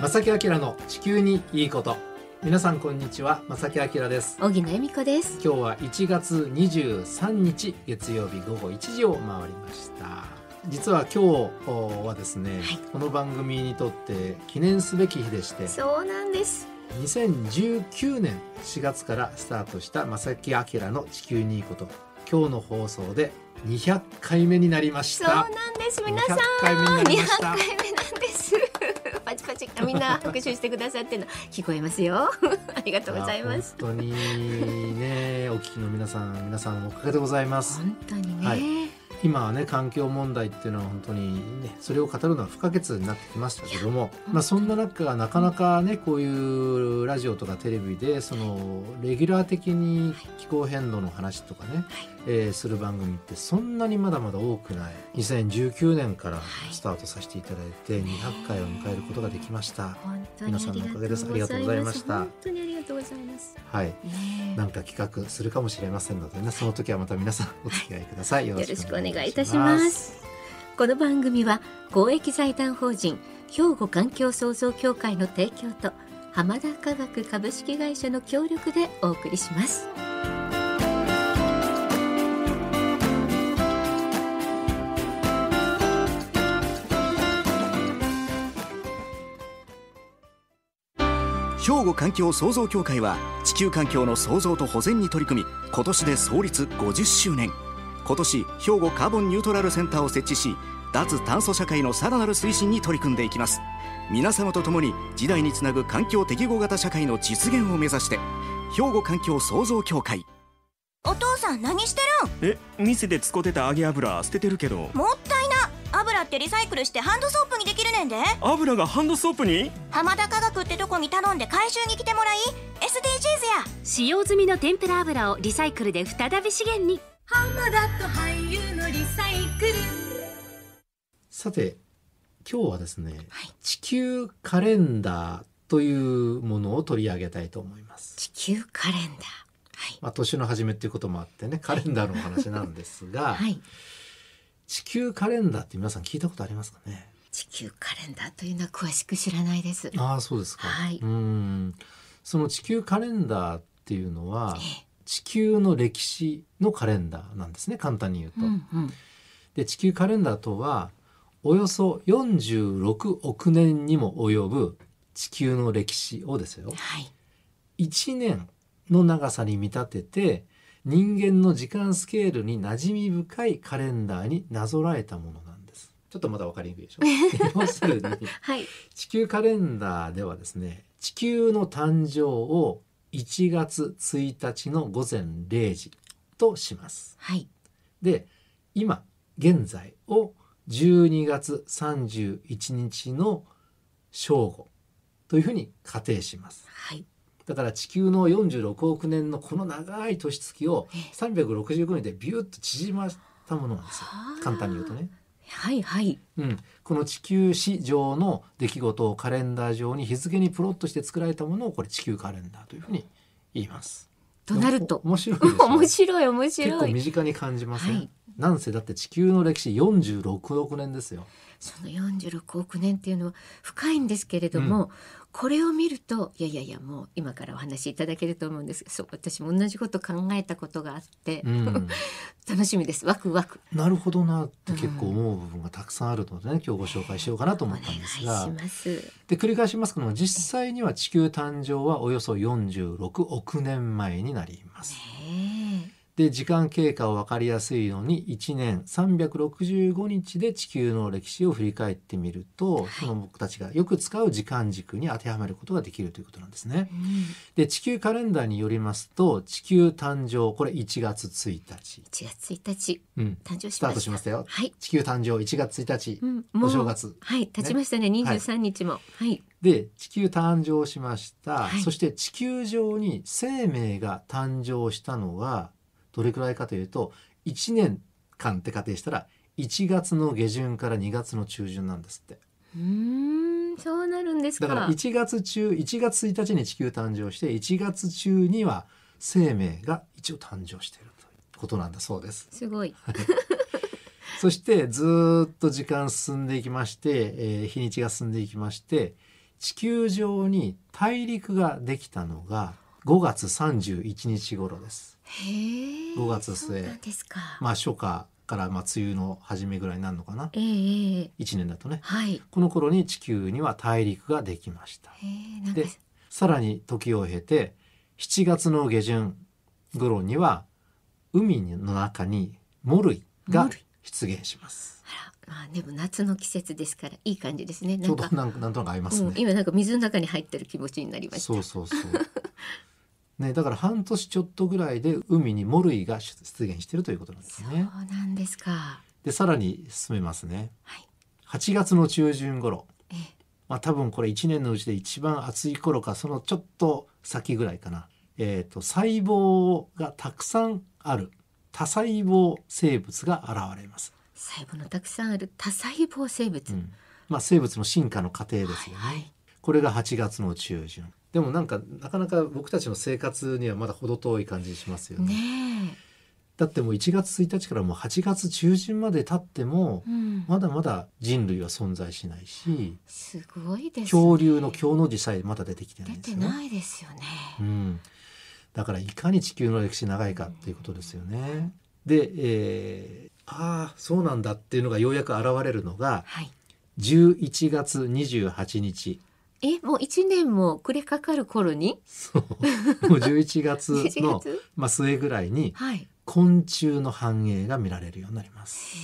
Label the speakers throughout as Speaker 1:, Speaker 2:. Speaker 1: 正木明の地球にいいこと皆さんこんにちは正木明です
Speaker 2: 荻野恵美子です
Speaker 1: 今日は1月23日月曜日午後1時を回りました実は今日はですね、
Speaker 2: はい
Speaker 1: この番組にとって記念すべき日でして
Speaker 2: そうなんです
Speaker 1: 2019年4月からスタートした正木明の地球にいいこと今日の放送で200回目になりまし
Speaker 2: そうな
Speaker 1: た
Speaker 2: んです皆さん
Speaker 1: 200回目になりました
Speaker 2: 200回目なんです パチパチみんな拍手してくださってるの聞こえますよ ありがとうございます
Speaker 1: や本当にねお聞きの皆さん皆さんのおかげでございます
Speaker 2: 本当にね、
Speaker 1: はい今はね環境問題っていうのは本当にねそれを語るのは不可欠になってきましたけども、まあ、そんな中なかなかねこういうラジオとかテレビでそのレギュラー的に気候変動の話とかね、えーする番組ってそんなにまだまだ多くない2019年からスタートさせていただいて200回を迎えることができました。
Speaker 2: 本当に
Speaker 1: 皆さんのおかげですありがとうございました
Speaker 2: 本当にありがとうございます
Speaker 1: はい
Speaker 2: ね
Speaker 1: なんか企画するかもしれませんのでね、その時はまた皆さんお付き合いください。よ
Speaker 2: よろしくお願いいたします。この番組は公益財団法人兵庫環境創造協会の提供と浜田科学株式会社の協力でお送りします
Speaker 3: 兵庫環境創造協会は地球環境の創造と保全に取り組み今年で創立50周年今年兵庫カーボンニュートラルセンターを設置し脱炭素社会のさらなる推進に取り組んでいきます皆様と共に時代につなぐ環境適合型社会の実現を目指して兵庫環境創造協会
Speaker 4: お父さん何して
Speaker 5: え店で使ってた揚げ油捨ててるけど
Speaker 4: るもったいな油ってリサイクルしてハンドソープにできるねんで
Speaker 5: 油がハンドソープに
Speaker 4: 浜田科学ってとこに頼んで回収に来てもらい SDGs や
Speaker 6: 使用済みの天ぷら油をリサイクルで再び資源に
Speaker 1: さて、今日はですね、地球カレンダーというものを取り上げたいと思います。
Speaker 2: 地球カレンダーはい
Speaker 1: まあ、年の初めっていうこともあってね、カレンダーのお話なんですが、
Speaker 2: はい
Speaker 1: 地球カレンダーって皆さん聞いたことありますかね。
Speaker 2: 地球カレンダーというのは詳しく知らないです
Speaker 1: ああ、そうですか。
Speaker 2: はいう
Speaker 1: ーん。その地球カレンダーっていうのは、地球の歴史のカレンダーなんですね、簡単に言うと。
Speaker 2: うんうん
Speaker 1: で地球カレンダーとはおよそ46億年にも及ぶ地球の歴史をですよ
Speaker 2: はい
Speaker 1: 1年の長さに見立てて人間の時間スケールに馴染み深いカレンダーになぞらえたものなんです。ちょっとまだ分かりにくいでしょ 要するに
Speaker 2: はい
Speaker 1: 地球カレンダーではですね地球の誕生を1月1日の午前0時とします。
Speaker 2: はい
Speaker 1: で今現在を12月31日の正午というふうに仮定します
Speaker 2: はい
Speaker 1: だから地球の46億年のこの長い年月を365日でビューッと縮まったものなんですよ
Speaker 2: はあ
Speaker 1: 簡単に言うとね、
Speaker 2: はいはい
Speaker 1: うん、この地球史上の出来事をカレンダー上に日付にプロットして作られたものをこれ地球カレンダーというふうに言います
Speaker 2: となると
Speaker 1: 面白いでしょ
Speaker 2: 面白い面
Speaker 1: 結
Speaker 2: 白
Speaker 1: 構
Speaker 2: い
Speaker 1: 身近に感じません、
Speaker 2: はい
Speaker 1: なんせだって地球の歴史46億年ですよ
Speaker 2: その46億年っていうのは深いんですけれども、これを見るといやいやいやもう今からお話しいただけると思うんですそう私も同じこと考えたことがあって、
Speaker 1: うん
Speaker 2: 楽しみですワクワク
Speaker 1: なるほどなって結構思う部分がたくさんあるのでね、今日ご紹介しようかなと
Speaker 2: お
Speaker 1: 思
Speaker 2: 願
Speaker 1: ったん
Speaker 2: い
Speaker 1: です
Speaker 2: し
Speaker 1: が
Speaker 2: ます
Speaker 1: で繰り返しますけども実際には地球誕生はおよそ46億年前になります。
Speaker 2: ね
Speaker 1: で時間経過を分かりやすいように1年365日で地球の歴史を振り返ってみると、その僕たちがよく使う時間軸に当てはめることができるということなんですね。
Speaker 2: えうん、
Speaker 1: で地球カレンダーによりますと地球誕生これ1月1日、
Speaker 2: 1月1日
Speaker 1: うん、
Speaker 2: 誕生しました
Speaker 1: スタートしましたよ
Speaker 2: はい、
Speaker 1: 地球誕生1月1日、
Speaker 2: うん、
Speaker 1: お正月
Speaker 2: はい経ちましたね23日もはい、
Speaker 1: で地球誕生しました、
Speaker 2: はい
Speaker 1: そして地球上に生命が誕生したのはどれくらいかというと1年間って仮定したら1月の下旬から2月の中旬なんですって
Speaker 2: うーんそうなるんですか
Speaker 1: だから1月中1月1日に地球誕生して1月中には生命が一応誕生しているということなんだそうです
Speaker 2: すごい
Speaker 1: そしてずーっと時間進んでいきまして、えー日にちが進んでいきまして地球上に大陸ができたのが5月31日頃です。
Speaker 2: へえ
Speaker 1: 5月末
Speaker 2: そうなんですか、
Speaker 1: まあ初夏からまあ梅雨の初めぐらいになるのかな
Speaker 2: ええええ
Speaker 1: 1年だとね
Speaker 2: はい
Speaker 1: この頃に地球には大陸ができました
Speaker 2: へえなんか
Speaker 1: でさらに時を経て7月の下旬頃には海の中にモルイが出現します
Speaker 2: あらまあでも夏の季節ですからいい感じですねな
Speaker 1: ちょうんど
Speaker 2: か
Speaker 1: なんなんとなく合います
Speaker 2: う
Speaker 1: ね、
Speaker 2: ん、今なんか水の中に入ってる気持ちになりました
Speaker 1: そうそうそうねだから半年ちょっとぐらいで海にモルイが出現してるということなんです
Speaker 2: そ
Speaker 1: ね
Speaker 2: うなんですか
Speaker 1: でさらに進めますね、
Speaker 2: はい
Speaker 1: 8月の中旬頃
Speaker 2: ええ
Speaker 1: まあ、多分これ1年のうちで一番暑い頃かそのちょっと先ぐらいかな、えー、と細胞がたくさんある多細胞生物が現れます、
Speaker 2: 細胞のたくさんある多細胞生物、
Speaker 1: うんまあ、生物の進化の過程ですよね、これが8月の中旬でもなんかなかなか僕たちの生活にはまだ程遠い感じしますよね
Speaker 2: ね
Speaker 1: だってもう1月1日からもう8月中旬まで経っても
Speaker 2: え、うん、
Speaker 1: まだまだ人類は存在しないし
Speaker 2: すごいです、ね、
Speaker 1: 恐竜の恐の字さえまだ出てきてない
Speaker 2: 出
Speaker 1: んです
Speaker 2: て
Speaker 1: よね
Speaker 2: ないですよね、
Speaker 1: うん、だからいかに地球の歴史長いかっていうことですよね。で、えーああそうなんだっていうのがようやく現れるのが
Speaker 2: はい
Speaker 1: 11月28日
Speaker 2: えもう一年も暮れかかる頃に
Speaker 1: そうもう11月
Speaker 2: 11
Speaker 1: の
Speaker 2: 月
Speaker 1: まあ、末ぐらいに
Speaker 2: はい
Speaker 1: 昆虫の繁栄が見られるようになります。
Speaker 2: へ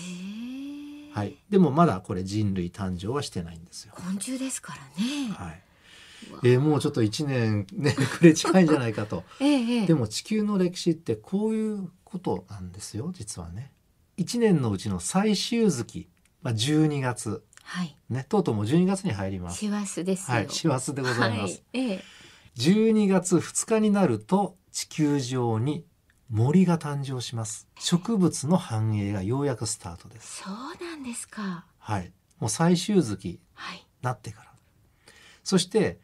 Speaker 2: え
Speaker 1: はい、でもまだこれ人類誕生はしてないんですよ。
Speaker 2: 昆虫ですからね、
Speaker 1: はい
Speaker 2: わ
Speaker 1: えーもうちょっと1年ねくれ近いんじゃないかと。
Speaker 2: ええええ
Speaker 1: でも地球の歴史ってこういうことなんですよ実はね。1年のうちの最終月、まあ、12月、
Speaker 2: はい
Speaker 1: ね、とうとうもう12月に入ります。
Speaker 2: 師走ですよ
Speaker 1: はい、師走でございます、
Speaker 2: はいええ
Speaker 1: 12月2日になると地球上に森が誕生します。植物の繁栄がようやくスタートです。
Speaker 2: そうなんですか
Speaker 1: はい、もう最終月に
Speaker 2: はい
Speaker 1: なってから。そして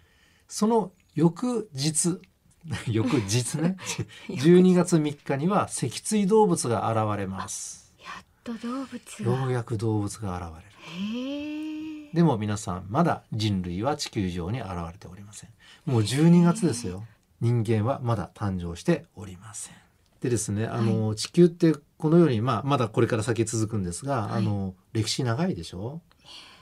Speaker 1: その翌日 翌日ね12月3日には脊椎動物が現れます。
Speaker 2: やっと動物
Speaker 1: よ
Speaker 2: が
Speaker 1: うやく動物が現れる
Speaker 2: へえ
Speaker 1: でも皆さんまだ人類は地球上に現れておりませんもう12月ですよ人間はまだ誕生しておりませんでですねあの、地球ってこのように、まあ、まだこれから先続くんですが、
Speaker 2: はい
Speaker 1: あの歴史長いでしょ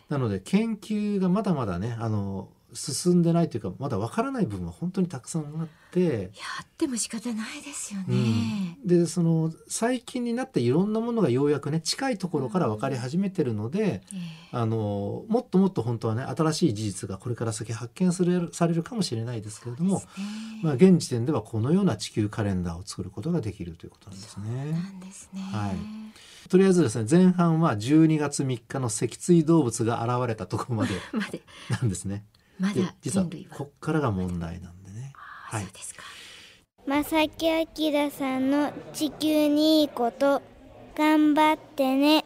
Speaker 1: なので研究がまだまだねあの進んでないというかまだわからない部分は本当にたくさんあって
Speaker 2: やっても仕方ないですよね、
Speaker 1: うんでその最近になっていろんなものがようやくね近いところから分かり始めてるので、
Speaker 2: え
Speaker 1: あのもっともっと本当はね新しい事実がこれから先発見するされるかもしれないですけれど
Speaker 2: え
Speaker 1: も、
Speaker 2: ですね
Speaker 1: まあ、現時点ではこのような地球カレンダーを作ることができるということなんです
Speaker 2: な
Speaker 1: ね。
Speaker 2: んですね、
Speaker 1: はいとりあえずですね前半は12月3日の脊椎動物が現れたところまで
Speaker 2: まだ
Speaker 1: なんですね。
Speaker 2: ま
Speaker 1: で
Speaker 2: だ
Speaker 1: 実は
Speaker 2: 人類は
Speaker 1: こっからが問題なんでね。
Speaker 2: あ
Speaker 1: はい
Speaker 2: そうですか
Speaker 7: 正木明さんの地球にいいこと頑張ってね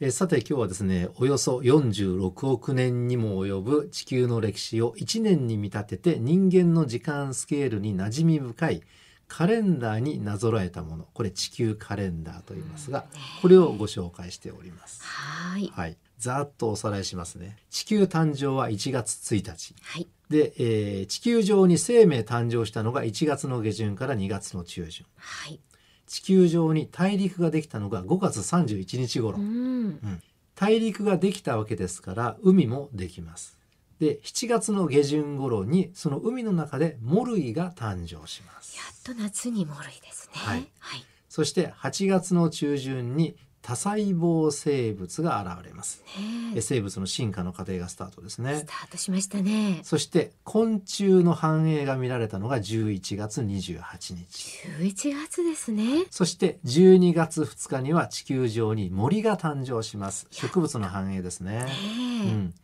Speaker 1: えーさて今日はですねおよそ46億年にも及ぶ地球の歴史を1年に見立てて人間の時間スケールに馴染み深いカレンダーになぞらえたものこれ地球カレンダーと言いますがこれをご紹介しております。
Speaker 2: はい
Speaker 1: はい、ざーっとおさらいしますね。地球誕生は1月1日
Speaker 2: はい
Speaker 1: で、えー地球上に生命誕生したのが1月の下旬から2月の中旬
Speaker 2: はい
Speaker 1: 地球上に大陸ができたのが5月31日頃。
Speaker 2: うん
Speaker 1: 大陸ができたわけですから海もできますで7月の下旬頃にその海の中でモルイが誕生します
Speaker 2: やっと夏にもろいですね
Speaker 1: はい
Speaker 2: はい、
Speaker 1: そして8月の中旬に多細胞生物が現れます、
Speaker 2: ねえ
Speaker 1: え生物の進化の過程がスタートですね
Speaker 2: スタートしましたね
Speaker 1: そして昆虫の繁栄が見られたのが11月28日
Speaker 2: 11月ですね
Speaker 1: そして12月2日には地球上に森が誕生します植物の繁栄ですね
Speaker 2: ええ
Speaker 1: うん、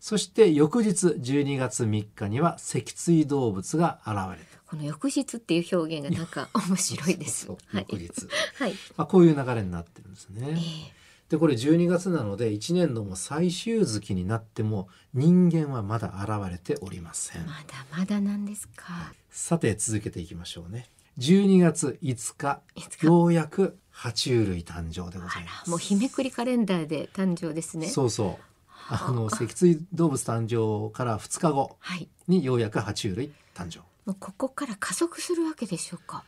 Speaker 1: そして翌日12月3日には脊椎動物が現れる
Speaker 2: この翌日っていう表現がなんか面白いです
Speaker 1: そうそう
Speaker 2: はい
Speaker 1: 翌日、
Speaker 2: はい、
Speaker 1: まあ、こういう流れになってるんです
Speaker 2: え
Speaker 1: ね。
Speaker 2: え
Speaker 1: でこれ12月なので1年のもう最終月になっても人間はまだ現れておりません。
Speaker 2: まだまだなんですか
Speaker 1: さて続けていきましょうね。12月5日
Speaker 2: いつか
Speaker 1: ようやく爬虫類誕生でございます。
Speaker 2: もう日めくりカレンダーで誕生ですね
Speaker 1: そうそう。あの脊椎動物誕生から2日後
Speaker 2: はい。
Speaker 1: にようやく爬虫類誕生
Speaker 2: もうここから加速するわけでしょうか。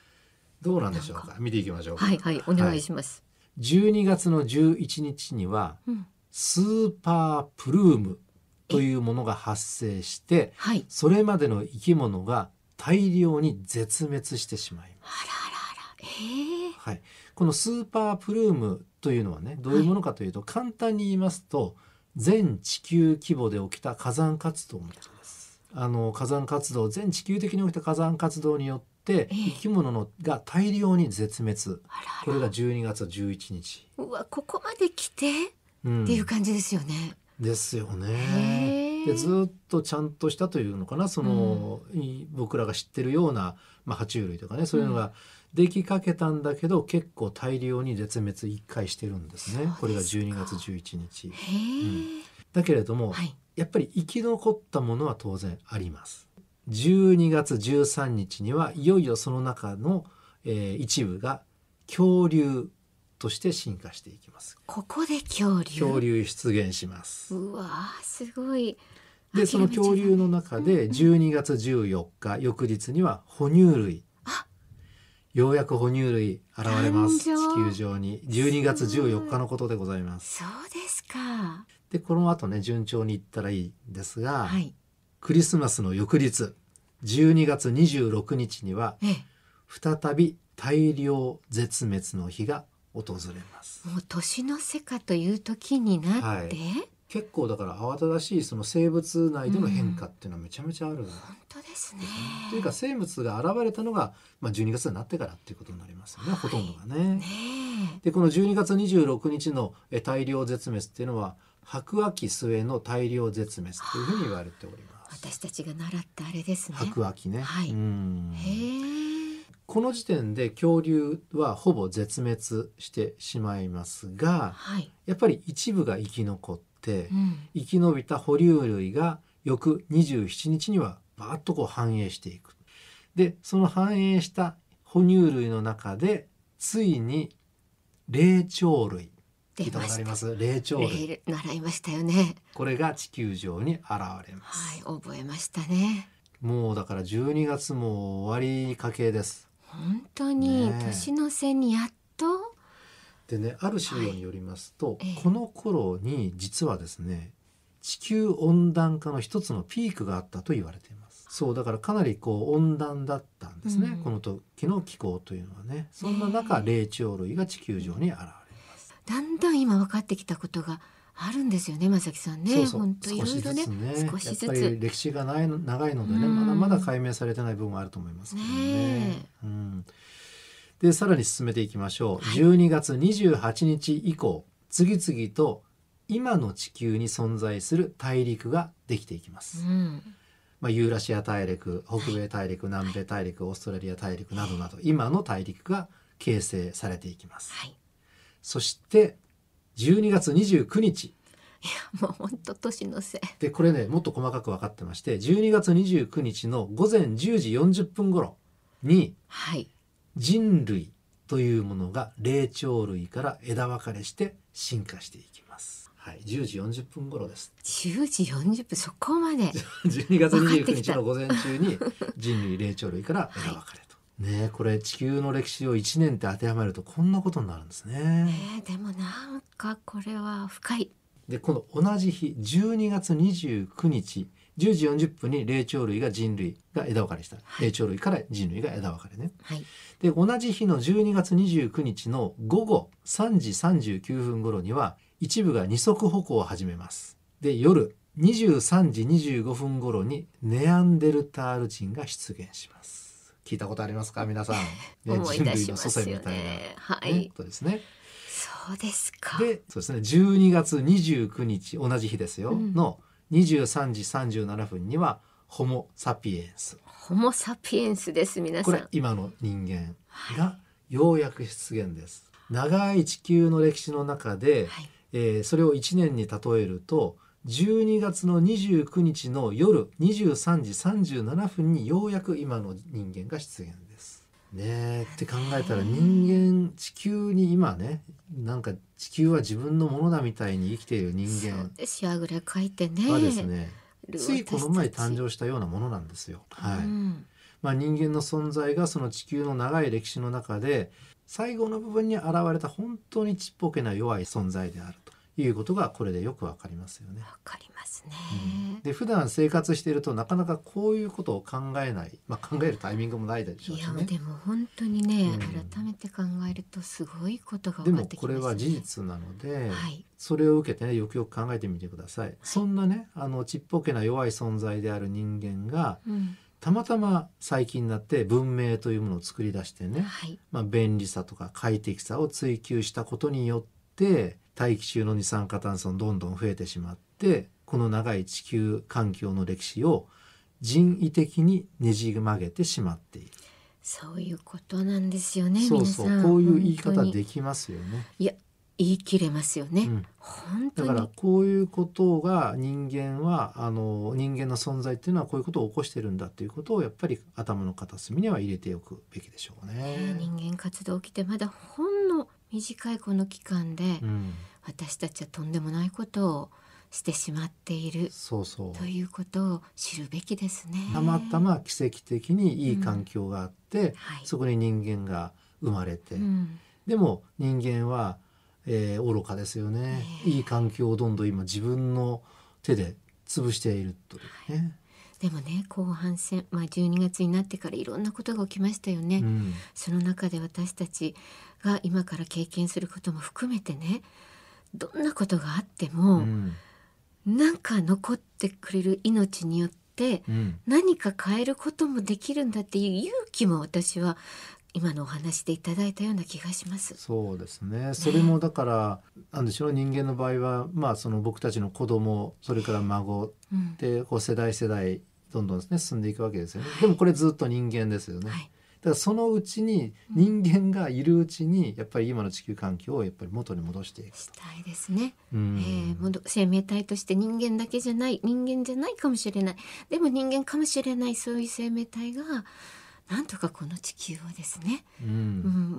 Speaker 1: どうなんでしょうか
Speaker 2: なん
Speaker 1: 見ていきましょうか
Speaker 2: はいはいお願いします。
Speaker 1: 12月の11日には
Speaker 2: うん
Speaker 1: スーパープルームというものが発生して
Speaker 2: はい。
Speaker 1: それまでの生き物が大量に絶滅してしまいます、
Speaker 2: あらあらあら。ええ
Speaker 1: はい、このスーパープルームというのはねどういうものかというと、簡単に言いますと全地球規模で起きた火山活動のことですあの火山活動全地球的に起きた火山活動によって
Speaker 2: ええ
Speaker 1: 生き物のが大量に絶滅
Speaker 2: あらあ
Speaker 1: これ
Speaker 2: ら。
Speaker 1: が12月11日、
Speaker 2: うわここまで来てっ
Speaker 1: うん
Speaker 2: ていう感じですよね。
Speaker 1: ですよね。
Speaker 2: へえ
Speaker 1: でずーっとちゃんとしたというのかなその、い僕らが知ってるような、まあ、爬虫類とかねそういうのができかけたんだけど、結構大量に絶滅1回してるんですね
Speaker 2: そうですか
Speaker 1: これが12月11日。
Speaker 2: へえ
Speaker 1: だけれども、
Speaker 2: はい。
Speaker 1: やっぱり生き残ったものは当然あります。12月13日にはいよいよその中の、えー一部が恐竜として進化していきます。
Speaker 2: ここで恐竜。
Speaker 1: 恐竜出現します。
Speaker 2: うわーすごい。
Speaker 1: でその
Speaker 2: 諦めちゃダ
Speaker 1: 恐
Speaker 2: メ
Speaker 1: 竜の中で12月14日翌日には哺乳類ようやく哺乳類現れます地
Speaker 2: 誕生
Speaker 1: 球上に12月14日のことでございます
Speaker 2: そうですか。
Speaker 1: でこの後ね順調にいったらいいんですが、
Speaker 2: はい。
Speaker 1: クリスマスの翌日12月26日には
Speaker 2: ええ。
Speaker 1: 再び大量絶滅の日が訪れます
Speaker 2: もう年の瀬かという時になって、
Speaker 1: は結構だから慌ただしいその生物内での変化っていうのはめちゃめちゃある、
Speaker 2: 本当ですね。
Speaker 1: というか生物が現れたのが、まあ、12月になってからっていうことになりますよね、ほとんどがね。
Speaker 2: ね
Speaker 1: でこの12月26日のえ大量絶滅っていうのは白亜紀末の大量絶滅というふうに言われておりま
Speaker 2: え、
Speaker 1: す。
Speaker 2: 私たちが習ったあれですね。
Speaker 1: 白亜紀ね、
Speaker 2: はい
Speaker 1: うん
Speaker 2: へえ、
Speaker 1: この時点で恐竜はほぼ絶滅してしまいますが
Speaker 2: はい。
Speaker 1: やっぱり一部が生き残って
Speaker 2: うん。
Speaker 1: 生き延びた哺乳類が翌27日にはバーッとこう繁栄していく。でその繁栄した哺乳類の中でついに霊長類聞
Speaker 2: 出
Speaker 1: いた
Speaker 2: ま
Speaker 1: ことあ
Speaker 2: し
Speaker 1: り
Speaker 2: た。
Speaker 1: ます霊長
Speaker 2: レ
Speaker 1: 類
Speaker 2: ール習いましたよね。
Speaker 1: これが地球上に現れます、
Speaker 2: はい、覚えましたね。
Speaker 1: もうだから12月も終わりかけです
Speaker 2: 本当に
Speaker 1: ねえ
Speaker 2: 年の瀬にやっと、
Speaker 1: でねある資料によりますと、
Speaker 2: ええ
Speaker 1: この頃に実はですね地球温暖化の一つのピークがあったと言われていますそうだからかなりこう温暖だったんですね、
Speaker 2: うん
Speaker 1: この時の気候というのはねそんな中霊長類が地球上に現れる
Speaker 2: だんだん今分かってきたことがあるんですよね、まさきさんね。本当いろいろね、少しず
Speaker 1: やっぱり
Speaker 2: つ。
Speaker 1: 歴史がない長いのでね、
Speaker 2: うん
Speaker 1: まだまだ解明されてない部分はあると思いますけどね。
Speaker 2: ねえ
Speaker 1: うん、でさらに進めていきましょう。12月28日以降、次々と今の地球に存在する大陸ができていきます。
Speaker 2: うん。
Speaker 1: まあ、ユーラシア大陸北米大陸南米大陸オーストラリア大陸などなど今の大陸が形成されていきます、
Speaker 2: はい
Speaker 1: そして12月29日
Speaker 2: もう本当年の瀬。
Speaker 1: でこれねもっと細かく分かってまして12月29日の午前10時40分頃に
Speaker 2: はい。
Speaker 1: 人類というものが霊長類から枝分かれして進化していきます。はい、10時40分頃 です。
Speaker 2: 10時40分そこまで
Speaker 1: 12月
Speaker 2: 分かって
Speaker 1: 29
Speaker 2: き
Speaker 1: 日
Speaker 2: た
Speaker 1: の午前中に人類霊長類から枝分かれと。ねえこれ地球の歴史を1年って当てはめるとこんなことになるんです
Speaker 2: え
Speaker 1: ね。
Speaker 2: ーでもなんかこれは深い
Speaker 1: でこの同じ日12月29日10時40分に霊長類が人類が枝分かれした、霊長類から人類が枝分かれね。
Speaker 2: はい
Speaker 1: で同じ日の12月29日の午後3時39分頃には一部が二足歩行を始めますで夜23時25分頃にネアンデルタール人が出現します聞いたことありますか 皆さん、ね
Speaker 2: 思い出します
Speaker 1: 人類の祖先み
Speaker 2: よね
Speaker 1: たいな、ね
Speaker 2: はい
Speaker 1: ことですね
Speaker 2: そうですか
Speaker 1: でそうですね12月29日同じ日ですよ、
Speaker 2: うん
Speaker 1: の23時37分にはホモ・サピエンス
Speaker 2: ホモサピエンスです皆さ
Speaker 1: こ
Speaker 2: ん
Speaker 1: れ今の人間がようやく出現です長い地球の歴史の中で、
Speaker 2: はい
Speaker 1: えーそれを1年に例えると12月の29日の夜23時37分にようやく今の人間が出現ですねえって考えたら人間地球に今ねなんか地球は自分のものだみたいに生きている人
Speaker 2: そうですよあぐらかいてね
Speaker 1: 間はですね
Speaker 2: いる
Speaker 1: ついこの前
Speaker 2: 私たち
Speaker 1: 誕生したようなものなんですよ。はい
Speaker 2: うん
Speaker 1: まあ、人間の存在がその地球の長い歴史の中で最後の部分に現れた本当にちっぽけな弱い存在であるということがこれでよくわかりますよね。
Speaker 2: わかりますね、
Speaker 1: で普段生活しているとなかなかこういうことを考えない、まあ、考えるタイミングもないでしょう
Speaker 2: い
Speaker 1: し
Speaker 2: や
Speaker 1: ね。
Speaker 2: でも本当にね、
Speaker 1: うん
Speaker 2: 改めて考えるとすごいことが
Speaker 1: で
Speaker 2: 分かっ
Speaker 1: も
Speaker 2: てき
Speaker 1: こ
Speaker 2: ますね
Speaker 1: れは事実なので、
Speaker 2: はい
Speaker 1: それを受けてねよくよく考えてみてください。そんなねあのちっぽけな弱い存在である人間が
Speaker 2: うん
Speaker 1: たまたま最近になって文明というものを作り出してね、
Speaker 2: はい
Speaker 1: まあ、便利さとか快適さを追求したことによって大気中の二酸化炭素がどんどん増えてしまってこの長い地球環境の歴史を人為的にねじ曲げてしまっている、
Speaker 2: そういうことなんですよね
Speaker 1: そうそ
Speaker 2: 皆
Speaker 1: う
Speaker 2: さ
Speaker 1: んこういう言い
Speaker 2: 本当
Speaker 1: 方
Speaker 2: に
Speaker 1: できますよね。
Speaker 2: いや言い切れますよね、
Speaker 1: うん
Speaker 2: 本当
Speaker 1: だ
Speaker 2: に
Speaker 1: からこういうことが人間はあの人間の存在っていうのはこういうことを起こしてるんだっていうことをやっぱり頭の片隅には入れておくべきでしょうね。
Speaker 2: ね人間活動起きてまだほんの短いこの期間で、
Speaker 1: うん、
Speaker 2: 私たちはとんでもないことをしてしまっている
Speaker 1: そうそう
Speaker 2: ということを知るべきですね。
Speaker 1: たまたま奇跡的にいい環境があって、
Speaker 2: はい
Speaker 1: そこに人間が生まれて、
Speaker 2: うん
Speaker 1: でも人間は、えー愚かですよね、いい環境をどんどん今自分の手で潰しているというね、
Speaker 2: でもね後半戦、まあ、12月になってからいろんなことが起きましたよね。
Speaker 1: うん、
Speaker 2: その中で私たちが今から経験することも含めてねどんなことがあって
Speaker 1: う
Speaker 2: も、
Speaker 1: ん
Speaker 2: なんか残ってくれる命によって
Speaker 1: うん
Speaker 2: 何か変えることもできるんだっていう勇気も私は今のお話でいただいたような気がします。
Speaker 1: そうですねそれもだからなんでしょう人間の場合は、まあ、その僕たちの子供それから孫
Speaker 2: うん
Speaker 1: でこう世代世代どんどんですね進んでいくわけですよね。でもこれずっと人間ですよね。
Speaker 2: はい
Speaker 1: だからそのうちに人間がいるうちにやっぱり今の地球環境をやっぱり元に戻していく。
Speaker 2: したいですね、
Speaker 1: うん
Speaker 2: えーもど生命体として人間だけじゃない人間じゃないかもしれないでも人間かもしれないそういう生命体がなんとかこの地球をですね、
Speaker 1: う
Speaker 2: うん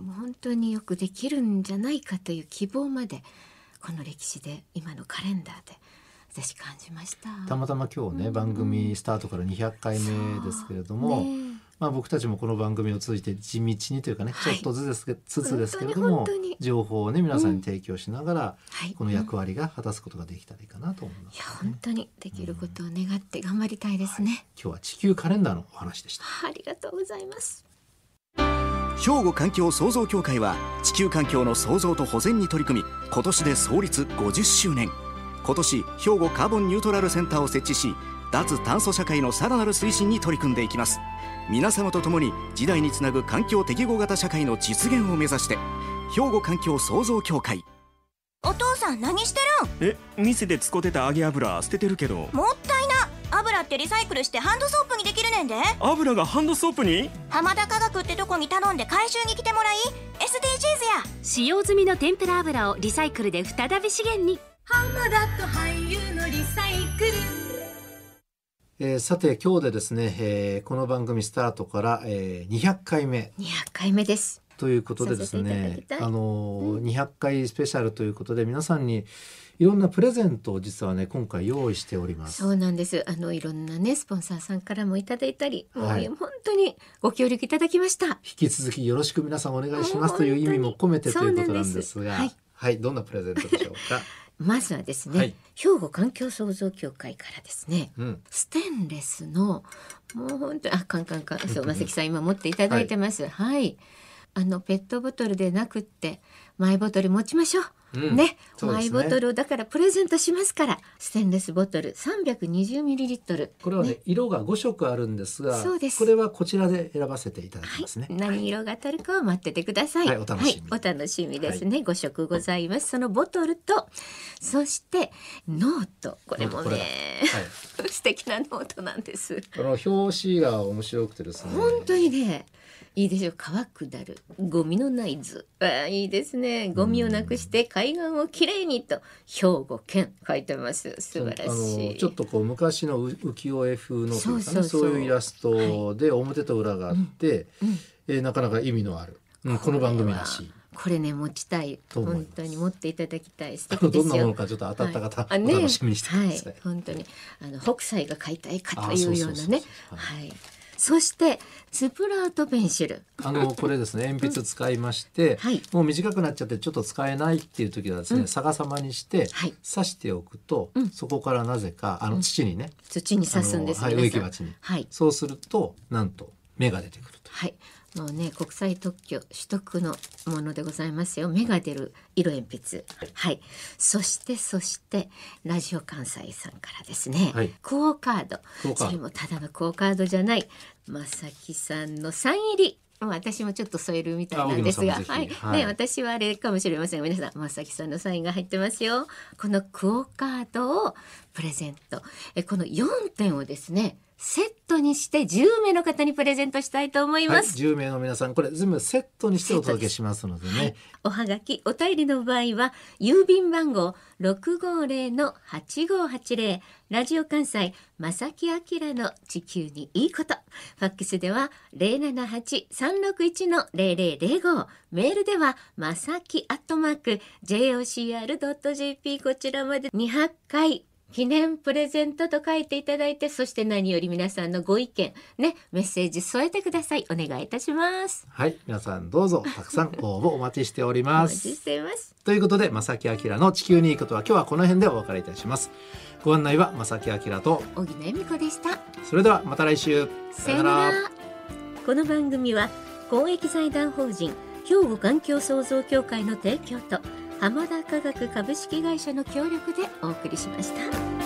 Speaker 2: ん、本当によくできるんじゃないかという希望までこの歴史で今のカレンダーで私感じました。
Speaker 1: たまたま今日ね、番組スタートから200回目ですけれども、
Speaker 2: ね
Speaker 1: まあ、僕たちもこの番組を通じて地道にというかね、
Speaker 2: はい
Speaker 1: ちょっとずつですずつですけれど
Speaker 2: 本
Speaker 1: も
Speaker 2: 当に本当に
Speaker 1: 情報をね皆さんに提供しながら、
Speaker 2: はい
Speaker 1: この役割が果たすことができたらいいかなと思いま
Speaker 2: い
Speaker 1: す、
Speaker 2: や本当にできることを願って頑張りたいですね、
Speaker 1: 今日は地球カレンダーのお話でした。
Speaker 2: ありがとうございます
Speaker 3: 兵庫環境創造協会は地球環境の創造と保全に取り組み今年で創立50周年今年兵庫カーボンニュートラルセンターを設置し脱炭素社会のさらなる推進に取り組んでいきます皆様と共に時代につなぐ環境適合型社会の実現を目指して兵庫環境創造協会
Speaker 4: お父さん何してる
Speaker 5: え店で使ってた揚げ油捨ててるけど
Speaker 4: んもったいな油ってリサイクルしてハンドソープにできるねんで
Speaker 5: 油がハンドソープに
Speaker 4: 浜田科学ってとこに頼んで回収に来てもらい SDGs や
Speaker 6: 使用済みの天ぷら油をリサイクルで再び資源に
Speaker 1: えーさて今日でですね、えーこの番組スタートから、えー200回目
Speaker 2: 200回目です。
Speaker 1: ということでです
Speaker 2: させて
Speaker 1: ね
Speaker 2: いただきたい
Speaker 1: あのー、200回スペシャルということで皆さんにいろんなプレゼントを実はね今回用意しておりま
Speaker 2: そ
Speaker 1: す。
Speaker 2: うなんです。あのいろんなねスポンサーさんからもいただいたり、
Speaker 1: はい
Speaker 2: もう本当にご協力いただきました。
Speaker 1: 引き続きよろしく皆さんお願いしま
Speaker 2: も
Speaker 1: す
Speaker 2: う
Speaker 1: という意味も込めて
Speaker 2: 本
Speaker 1: と
Speaker 2: 当
Speaker 1: いう
Speaker 2: に
Speaker 1: ことなんですが、
Speaker 2: そうなんです
Speaker 1: はい、どんなプレゼントでしょう か。
Speaker 2: まずはですね、
Speaker 1: はい
Speaker 2: 兵庫環境創造協会からですね、
Speaker 1: うん、
Speaker 2: ステンレスのもう本当にあカンカンカンそうまさきさん今持っていただいてます。はい、あのペットボトルでなくってマイボトル持ちましょう。
Speaker 1: うん
Speaker 2: ね
Speaker 1: そう
Speaker 2: マ
Speaker 1: です
Speaker 2: イ
Speaker 1: ね
Speaker 2: ボトルをだからプレゼントしますからステンレスボトル 320ml
Speaker 1: これはね色が5色あるんですが
Speaker 2: そうです
Speaker 1: これはこちらで選ばせていただきますね。
Speaker 2: 何色が当たるかを待っててください。
Speaker 1: はいお楽しみに
Speaker 2: お楽しみですね。ご食ございます。そのボトルと、そしてノート。これも
Speaker 1: ノートこれ
Speaker 2: ね
Speaker 1: だ、はい
Speaker 2: 素敵なノートなんです
Speaker 1: この表紙が面白くてですね
Speaker 2: 本当にねいいでしょう川下るゴミのない図あーいいですねゴミをなくして海岸をきれいにと兵庫県書いてます素晴らし
Speaker 1: あ
Speaker 2: い
Speaker 1: のちょっとこう昔のう浮世絵風のというかね
Speaker 2: そうそうそう
Speaker 1: いうイラストで表と裏があって、えーなかなか意味のある、うん、この番組らしい。
Speaker 2: これね持ちたい
Speaker 1: と思いま
Speaker 2: 本
Speaker 1: す
Speaker 2: 当に持っていただきたい素
Speaker 1: あ
Speaker 2: 敵
Speaker 1: の
Speaker 2: で
Speaker 1: ど
Speaker 2: す
Speaker 1: ん
Speaker 2: よ
Speaker 1: なものかちょっと当たった方、
Speaker 2: はいあね
Speaker 1: お楽しみにしてください。
Speaker 2: はい、本当にあの北斎が買いたいかとい
Speaker 1: あそう
Speaker 2: う
Speaker 1: そ
Speaker 2: よう
Speaker 1: う
Speaker 2: な
Speaker 1: そうそう
Speaker 2: ね
Speaker 1: は
Speaker 2: はいそしてスプラートペンシル
Speaker 1: あのこれですね鉛筆使いまして、
Speaker 2: はい
Speaker 1: もう短くなっちゃってちょっと使えないっていう時はですね、逆さまにして
Speaker 2: はい
Speaker 1: 刺しておくと、そこからなぜかあの土にね、
Speaker 2: 土に刺すんです
Speaker 1: あのはい植
Speaker 2: 皆さん
Speaker 1: 木鉢に
Speaker 2: はい
Speaker 1: そうするとなんと芽が出てくると。
Speaker 2: はい、もうね国際特許取得のものでございますよ目が出る色鉛筆はいそしてそしてラジオ関西さんからですね、
Speaker 1: はい
Speaker 2: クオカード
Speaker 1: クオカード
Speaker 2: それもただのクオカードじゃない正木さんのサイン入りまあ私もちょっと添えるみたいなんですが
Speaker 1: あ荻野さん
Speaker 2: は
Speaker 1: も
Speaker 2: い
Speaker 1: ぜひは
Speaker 2: ね
Speaker 1: い
Speaker 2: 私はあれかもしれませんが皆さん正木さんのサインが入ってますよこのクオカードをプレゼントえこの4点をですねセットにして10名の方にプレゼントしたいと思い
Speaker 1: はい、
Speaker 2: ます、
Speaker 1: 10名の皆さんこれ全部セットにしてお届けしますのでね、
Speaker 2: おはがき、お便りの場合は、郵便番号650-8580、ラジオ関西、正木明の地球にいいこと。ファックスでは、078-361-0005、メールでは、正木アットマーク、jocr.jp、こちらまで200回。記念プレゼントと書いていただいて、そして何より皆さんのご意見、ね、メッセージ添えてください。お願いいたします。
Speaker 1: はい皆さんどうぞたくさん応募お待ちしており
Speaker 2: お
Speaker 1: ま
Speaker 2: 待ち
Speaker 1: す
Speaker 2: しています。
Speaker 1: ということで正木明の地球にいいことは今日はこの辺でお別れいたしますご案内は正木明と
Speaker 2: 小木恵美子でした
Speaker 1: それではまた来週
Speaker 2: さよならこの番組は公益財団法人兵庫環境創造協会の提供と浜田科学株式会社の協力でお送りしました